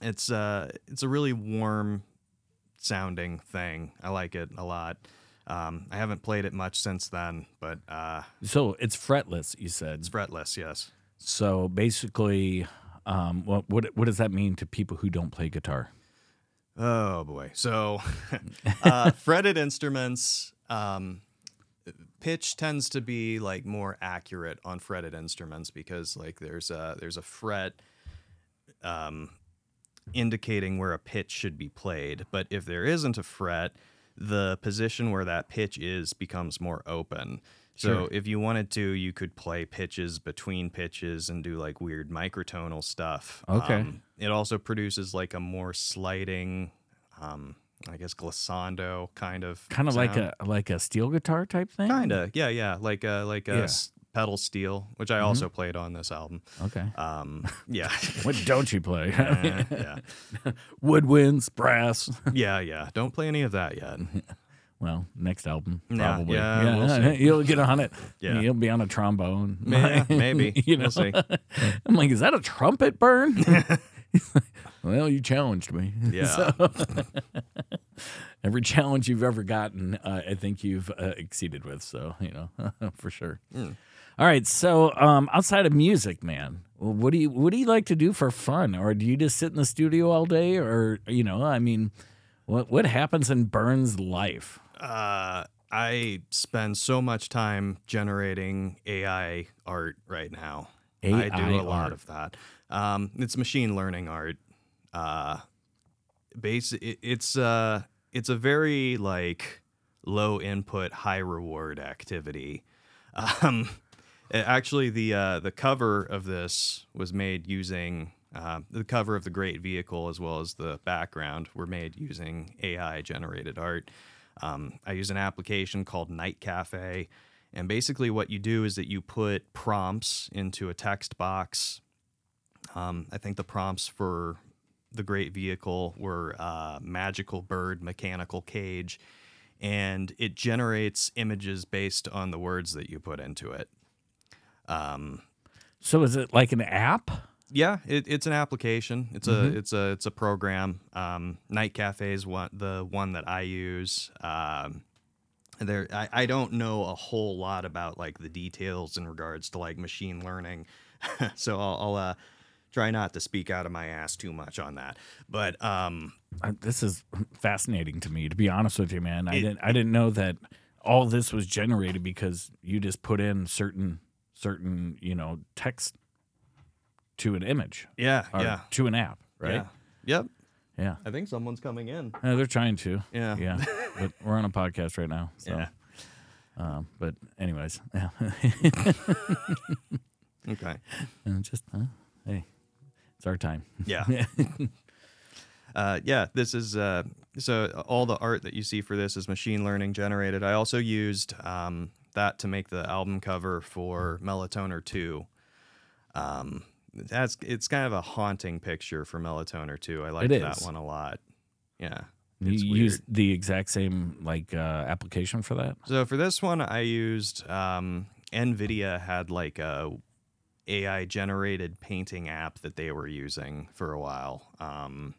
[SPEAKER 5] It's uh, it's a really warm sounding thing. I like it a lot. Um, I haven't played it much since then, but uh,
[SPEAKER 4] So it's fretless, you said.
[SPEAKER 5] it's fretless. Yes.
[SPEAKER 4] So basically, um, what, what what does that mean to people who don't play guitar?
[SPEAKER 5] Oh boy. So, <laughs> uh, fretted instruments, um, pitch tends to be like more accurate on fretted instruments because like there's a there's a fret um, indicating where a pitch should be played. But if there isn't a fret, the position where that pitch is becomes more open. So if you wanted to, you could play pitches between pitches and do like weird microtonal stuff. Um,
[SPEAKER 4] Okay.
[SPEAKER 5] it also produces like a more sliding, um, I guess glissando kind of
[SPEAKER 4] Kind of like
[SPEAKER 5] sound.
[SPEAKER 4] a like a steel guitar type thing.
[SPEAKER 5] kinda yeah yeah like a like a
[SPEAKER 4] Yeah. Mm-hmm.
[SPEAKER 5] s- pedal steel, which I also played on this album.
[SPEAKER 4] Okay. <laughs>
[SPEAKER 5] Um, yeah. <laughs>
[SPEAKER 4] What don't you play?
[SPEAKER 5] Eh, <laughs> yeah,
[SPEAKER 4] <laughs> Woodwinds, brass. <laughs>
[SPEAKER 5] yeah, yeah. Don't play any of that yet.
[SPEAKER 4] Well, next album
[SPEAKER 5] Yeah,
[SPEAKER 4] probably. <laughs>
[SPEAKER 5] yeah, we'll see.
[SPEAKER 4] you'll get on it.
[SPEAKER 5] <laughs> Yeah.
[SPEAKER 4] you'll be on a trombone.
[SPEAKER 5] Yeah, Eh, maybe.
[SPEAKER 4] <laughs> you know,
[SPEAKER 5] We'll see.
[SPEAKER 4] I'm like, is that a trumpet burn? <laughs> well, you challenged me.
[SPEAKER 5] Yeah.
[SPEAKER 4] <laughs> Every challenge you've ever gotten, uh, I think you've uh, exceeded with. So you know, <laughs> for sure. All right. So um, outside of music, man, what do you what do you like to do for fun? Or do you just sit in the studio all day? Or you know, I mean, what what happens in Burns' life?
[SPEAKER 5] Uh, I spend so much time generating AI art right now. I do
[SPEAKER 4] AI
[SPEAKER 5] a lot
[SPEAKER 4] art.
[SPEAKER 5] of that. Um, it's machine learning art. Uh, base. It, it's uh, it's a very like low input, high reward activity. <laughs> Um, a- actually, the uh, the cover of this was made using. Uh, the cover of the great vehicle as well as the background were made using AI generated art. Um, I use an application called Night Cafe. And basically, what you do is that you put prompts into a text box. Um, I think the prompts for the great vehicle were uh, magical bird, mechanical cage, and it generates images based on the words that you put into it.
[SPEAKER 4] So is it like an app?
[SPEAKER 5] Yeah, it, it's an application. It's a it's a it's a program. Um, Night Cafe is one the one that I use. Um, there, I, I don't know a whole lot about like the details in regards to like machine learning, <laughs> so I'll, I'll uh, try not to speak out of my ass too much on that. But um,
[SPEAKER 4] I, this is fascinating to me, to be honest with you, man. I
[SPEAKER 5] It-
[SPEAKER 4] didn't I didn't know that all this was generated because you just put in certain certain you know text to an image
[SPEAKER 5] yeah,
[SPEAKER 4] or
[SPEAKER 5] yeah,
[SPEAKER 4] to an app, right?
[SPEAKER 5] yeah, yep.
[SPEAKER 4] Yeah.
[SPEAKER 5] I think someone's coming in.
[SPEAKER 4] Yeah, they're trying to.
[SPEAKER 5] Yeah. <laughs>
[SPEAKER 4] yeah. But we're on a podcast right now, so.
[SPEAKER 5] Yeah.
[SPEAKER 4] Um, but anyways, yeah. <laughs>
[SPEAKER 5] Okay.
[SPEAKER 4] And just uh, hey, it's our time.
[SPEAKER 5] Yeah. <laughs> uh, yeah, this is uh, so all the art that you see for this is machine learning generated. I also used um, that to make the album cover for Melatoner 2. Um, that's it's kind of a haunting picture for Melatoner 2. I like
[SPEAKER 4] It
[SPEAKER 5] that
[SPEAKER 4] is.
[SPEAKER 5] one a lot. Yeah.
[SPEAKER 4] You
[SPEAKER 5] It's
[SPEAKER 4] use
[SPEAKER 5] weird.
[SPEAKER 4] the exact same like uh, application for that.
[SPEAKER 5] So for this one, I used um, NVIDIA had like a AI generated painting app that they were using for a while. Um,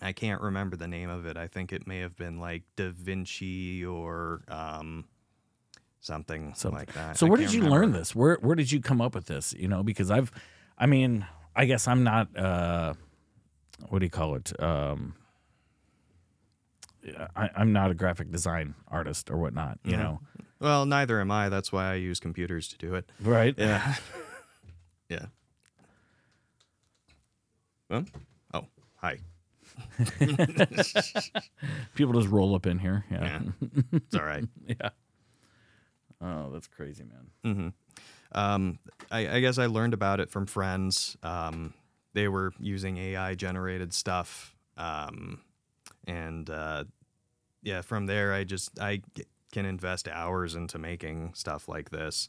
[SPEAKER 5] I can't remember the name of it. I think it may have been like Da Vinci or um, something,
[SPEAKER 4] Something.
[SPEAKER 5] like that.
[SPEAKER 4] So
[SPEAKER 5] I
[SPEAKER 4] where
[SPEAKER 5] can't
[SPEAKER 4] did you learn
[SPEAKER 5] remember.
[SPEAKER 4] this? Where where did you come up with this? You know, because I've, I mean, I guess I'm not. Uh, what do you call it? Um, I, I'm not a graphic design artist or whatnot. You
[SPEAKER 5] Yeah.
[SPEAKER 4] know,
[SPEAKER 5] Well, neither am I. That's why I use computers to do it.
[SPEAKER 4] right?
[SPEAKER 5] Yeah. <laughs>
[SPEAKER 4] <laughs>
[SPEAKER 5] yeah. Huh? Oh,
[SPEAKER 4] <laughs>
[SPEAKER 5] hi.
[SPEAKER 4] People just roll up in here.
[SPEAKER 5] Yeah.
[SPEAKER 4] Yeah.
[SPEAKER 5] It's all right.
[SPEAKER 4] Oh, that's crazy, man.
[SPEAKER 5] um, I, I guess I learned about it from friends. Um, they were using AI generated stuff, um, and uh, yeah, from there I just I g- can invest hours into making stuff like this,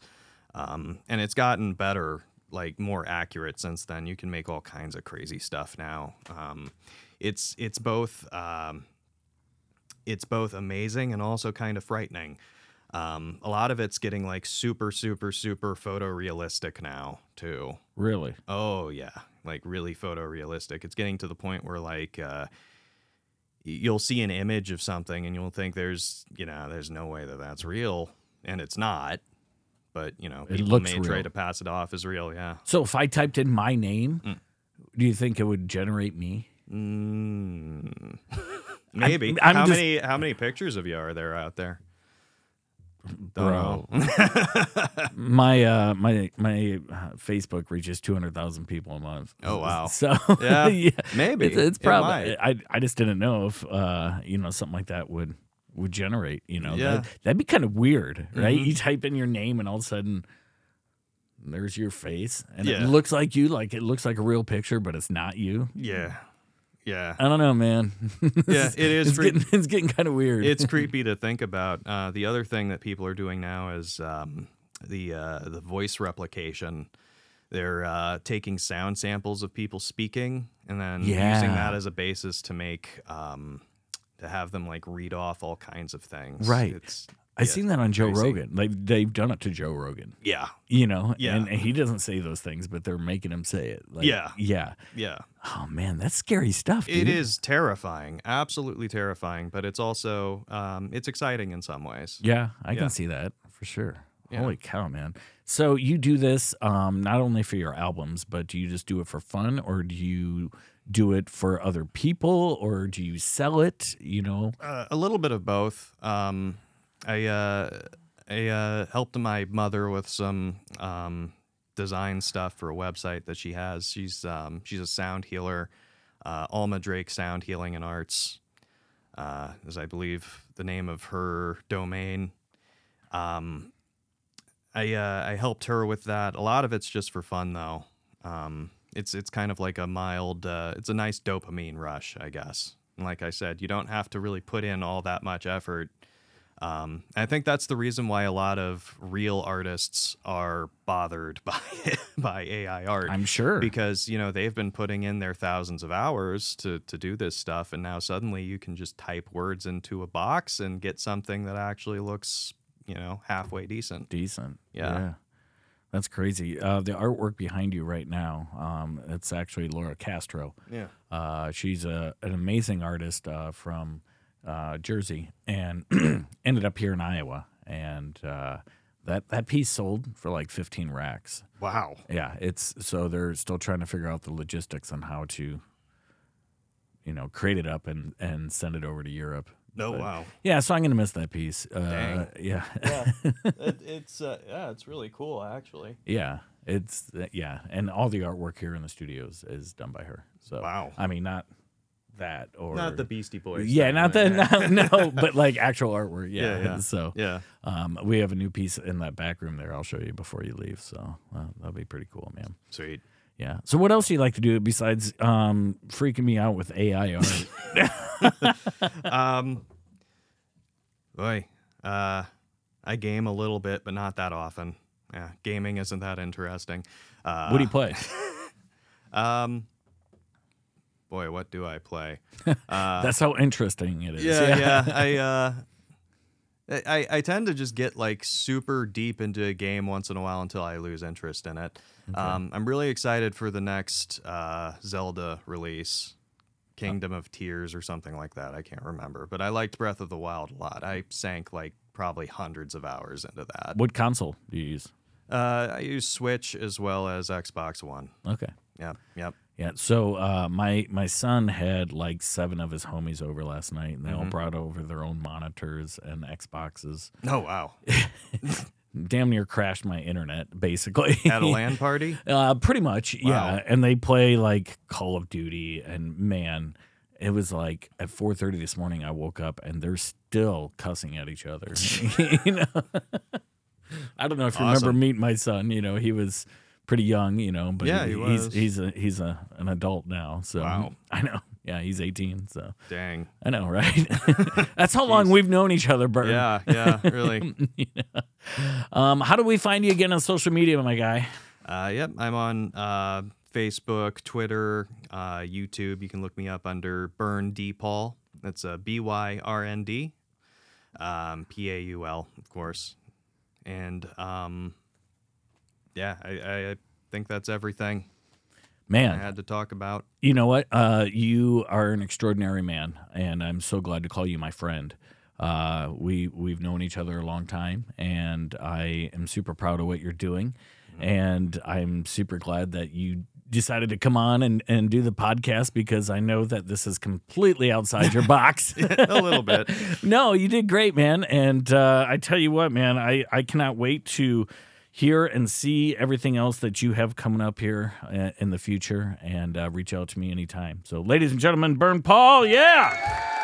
[SPEAKER 5] um, and it's gotten better, like more accurate since then. You can make all kinds of crazy stuff now. Um, it's it's both um, it's both amazing and also kind of frightening Um, a lot of it's getting like super, super, super photorealistic now, too.
[SPEAKER 4] Really?
[SPEAKER 5] Oh yeah, like really photorealistic. It's getting to the point where like uh, y- you'll see an image of something and you'll think there's you know there's no way that that's real, and it's not. But you know
[SPEAKER 4] It
[SPEAKER 5] people
[SPEAKER 4] looks
[SPEAKER 5] may
[SPEAKER 4] real.
[SPEAKER 5] try to pass it off as real. Yeah.
[SPEAKER 4] So if I typed in my name, do you think it would generate me?
[SPEAKER 5] Mm. Maybe.
[SPEAKER 4] I'm
[SPEAKER 5] how
[SPEAKER 4] just-
[SPEAKER 5] many how many pictures of you are there out there? Don't
[SPEAKER 4] Bro.
[SPEAKER 5] know. <laughs>
[SPEAKER 4] My uh, my my uh, Facebook reaches two hundred thousand people a month.
[SPEAKER 5] Oh, wow.
[SPEAKER 4] <laughs> So
[SPEAKER 5] Yeah, maybe.
[SPEAKER 4] it's, it's
[SPEAKER 5] It
[SPEAKER 4] probably.
[SPEAKER 5] might.
[SPEAKER 4] I I just didn't know if uh, you know something like that would would generate. You know,
[SPEAKER 5] Yeah.
[SPEAKER 4] that, that'd be kind of weird, right?
[SPEAKER 5] Mhm.
[SPEAKER 4] You type in your name and all of a sudden. There's your face, and
[SPEAKER 5] Yeah.
[SPEAKER 4] it looks like you. Like it looks like a real picture, but it's not you.
[SPEAKER 5] Yeah. Yeah.
[SPEAKER 4] I don't know, man. <laughs>
[SPEAKER 5] Yeah, it is
[SPEAKER 4] It's
[SPEAKER 5] pretty-
[SPEAKER 4] getting, it's getting kind of weird.
[SPEAKER 5] it's creepy to think about. Uh, the other thing that people are doing now is um, the uh, the voice replication. They're uh, taking sound samples of people speaking and then using
[SPEAKER 4] Yeah.
[SPEAKER 5] that as a basis to make um, to have them like read off all kinds of things.
[SPEAKER 4] Right.
[SPEAKER 5] It's
[SPEAKER 4] I've
[SPEAKER 5] yeah,
[SPEAKER 4] seen that on Joe
[SPEAKER 5] crazy.
[SPEAKER 4] Rogan. Like they've done it to Joe Rogan,
[SPEAKER 5] yeah,
[SPEAKER 4] you know,
[SPEAKER 5] Yeah.
[SPEAKER 4] and, and he doesn't say those things, but they're making him say it. Like,
[SPEAKER 5] Yeah.
[SPEAKER 4] yeah.
[SPEAKER 5] yeah.
[SPEAKER 4] Oh man, that's scary stuff.
[SPEAKER 5] It
[SPEAKER 4] dude.
[SPEAKER 5] is terrifying, absolutely terrifying, but it's also um, it's exciting in some ways.
[SPEAKER 4] Yeah, I
[SPEAKER 5] Yeah.
[SPEAKER 4] can see that for sure.
[SPEAKER 5] Yeah.
[SPEAKER 4] Holy cow, man! So you do this um, not only for your albums, but do you just do it for fun, or do you do it for other people, or do you sell it? You know,
[SPEAKER 5] Uh, a little bit of both. Um, I uh, I uh, helped my mother with some um, design stuff for a website that she has. She's um, she's a sound healer, uh, Alma Drake Sound Healing and Arts, uh, is I believe the name of her domain. Um, I uh, I helped her with that. A lot of it's just for fun though. Um, it's it's kind of like a mild. Uh, it's a nice dopamine rush, I guess. And like I said, you don't have to really put in all that much effort. Um, I think that's the reason why a lot of real artists are bothered <laughs> by by AI art
[SPEAKER 4] I'm sure.
[SPEAKER 5] because you know they've been putting in their thousands of hours to to do this stuff and now suddenly you can just type words into a box and get something that actually looks you know halfway decent
[SPEAKER 4] decent.
[SPEAKER 5] Yeah.
[SPEAKER 4] That's crazy. Uh, the artwork behind you right now, um, it's actually Laura Castro.
[SPEAKER 5] yeah
[SPEAKER 4] Uh, she's a, an amazing artist uh, from uh, Jersey and <clears throat> ended up here in Iowa. And uh, that, that piece sold for like 15 racks.
[SPEAKER 5] wow
[SPEAKER 4] Yeah, it's so they're still trying to figure out the logistics on how to, you know, create it up and, and send it over to Europe.
[SPEAKER 5] no
[SPEAKER 4] But-
[SPEAKER 5] wow
[SPEAKER 4] Yeah, so I'm gonna miss that piece. Uh, <laughs> yeah,
[SPEAKER 5] <laughs> it, it's uh, yeah it's really cool actually
[SPEAKER 4] Yeah, it's uh, yeah, and all the artwork here in the studios is done by her. So
[SPEAKER 5] Wow.
[SPEAKER 4] I mean, not that or
[SPEAKER 5] not the beastie boys
[SPEAKER 4] yeah,
[SPEAKER 5] thing,
[SPEAKER 4] not the
[SPEAKER 5] right?
[SPEAKER 4] no,
[SPEAKER 5] <laughs>
[SPEAKER 4] no, but like actual artwork. Yeah,
[SPEAKER 5] Yeah, yeah.
[SPEAKER 4] so
[SPEAKER 5] yeah
[SPEAKER 4] um, we have a new piece in that back room there. I'll show you before you leave. So uh, that'll be pretty cool, man.
[SPEAKER 5] sweet
[SPEAKER 4] Yeah. So what else do you like to do besides um, freaking me out with AI art?
[SPEAKER 5] um boy uh i game a little bit but not that often yeah gaming isn't that interesting uh
[SPEAKER 4] what do you play?
[SPEAKER 5] Um, boy, what do I play? Uh,
[SPEAKER 4] That's how interesting it is.
[SPEAKER 5] yeah, yeah. I, uh, I I- I tend to just get like super deep into a game once in a while until I lose interest in it. Um, I'm really excited for the next uh, Zelda release. Kingdom of Tears or something like that. I can't remember, but I liked Breath of the Wild a lot. I sank like probably hundreds of hours into
[SPEAKER 4] <laughs>
[SPEAKER 5] that.
[SPEAKER 4] What console do you use?
[SPEAKER 5] Uh, I use Switch as well as Xbox One.
[SPEAKER 4] Okay.
[SPEAKER 5] Yep, yep.
[SPEAKER 4] Yeah. So uh, my my son had like seven of his homies over last night, and they
[SPEAKER 5] Mm-hmm.
[SPEAKER 4] all brought over their own monitors and Xboxes.
[SPEAKER 5] Oh wow!
[SPEAKER 4] Damn near crashed my internet, basically. <laughs>
[SPEAKER 5] At a LAN party.
[SPEAKER 4] Uh, pretty much, yeah.
[SPEAKER 5] Wow.
[SPEAKER 4] And they play like Call of Duty, and man, it was like at 4:30 this morning. I woke up and they're still cussing at each
[SPEAKER 5] <laughs>
[SPEAKER 4] other. <laughs> you know, I don't know if you remember
[SPEAKER 5] Awesome.
[SPEAKER 4] meeting my son. You know, he was pretty young. You know, but
[SPEAKER 5] Yeah, he was.
[SPEAKER 4] he's he's a, he's a, an adult now. So
[SPEAKER 5] Wow.
[SPEAKER 4] <laughs> I know. Yeah, he's 18. So
[SPEAKER 5] Dang.
[SPEAKER 4] I know,
[SPEAKER 5] <laughs>
[SPEAKER 4] right? That's how long we've known each other, Bert.
[SPEAKER 5] Yeah, yeah, really.
[SPEAKER 4] Um, how do we find you again on social media, my guy?
[SPEAKER 5] uh, yep, I'm on uh, Facebook, Twitter, uh, YouTube. You can look me up under Burn D Paul. That's uh, B Y R N D. um, P A U L, of course. And um, yeah, I, I I think that's everything I
[SPEAKER 4] Man,
[SPEAKER 5] had to talk about.
[SPEAKER 4] you know what? Uh, you are an extraordinary man, and I'm so glad to call you my friend. Uh, we we've known each other a long time, and I am super proud of what you're doing, and I'm super glad that you decided to come on and, and do the podcast because I know that this is completely outside your box. <laughs>
[SPEAKER 5] A little bit.
[SPEAKER 4] no, you did great, man. And uh, I tell you what, man, I, I cannot wait to hear and see everything else that you have coming up here uh, in the future and uh, reach out to me anytime. So, ladies and gentlemen, Burn Paul, yeah.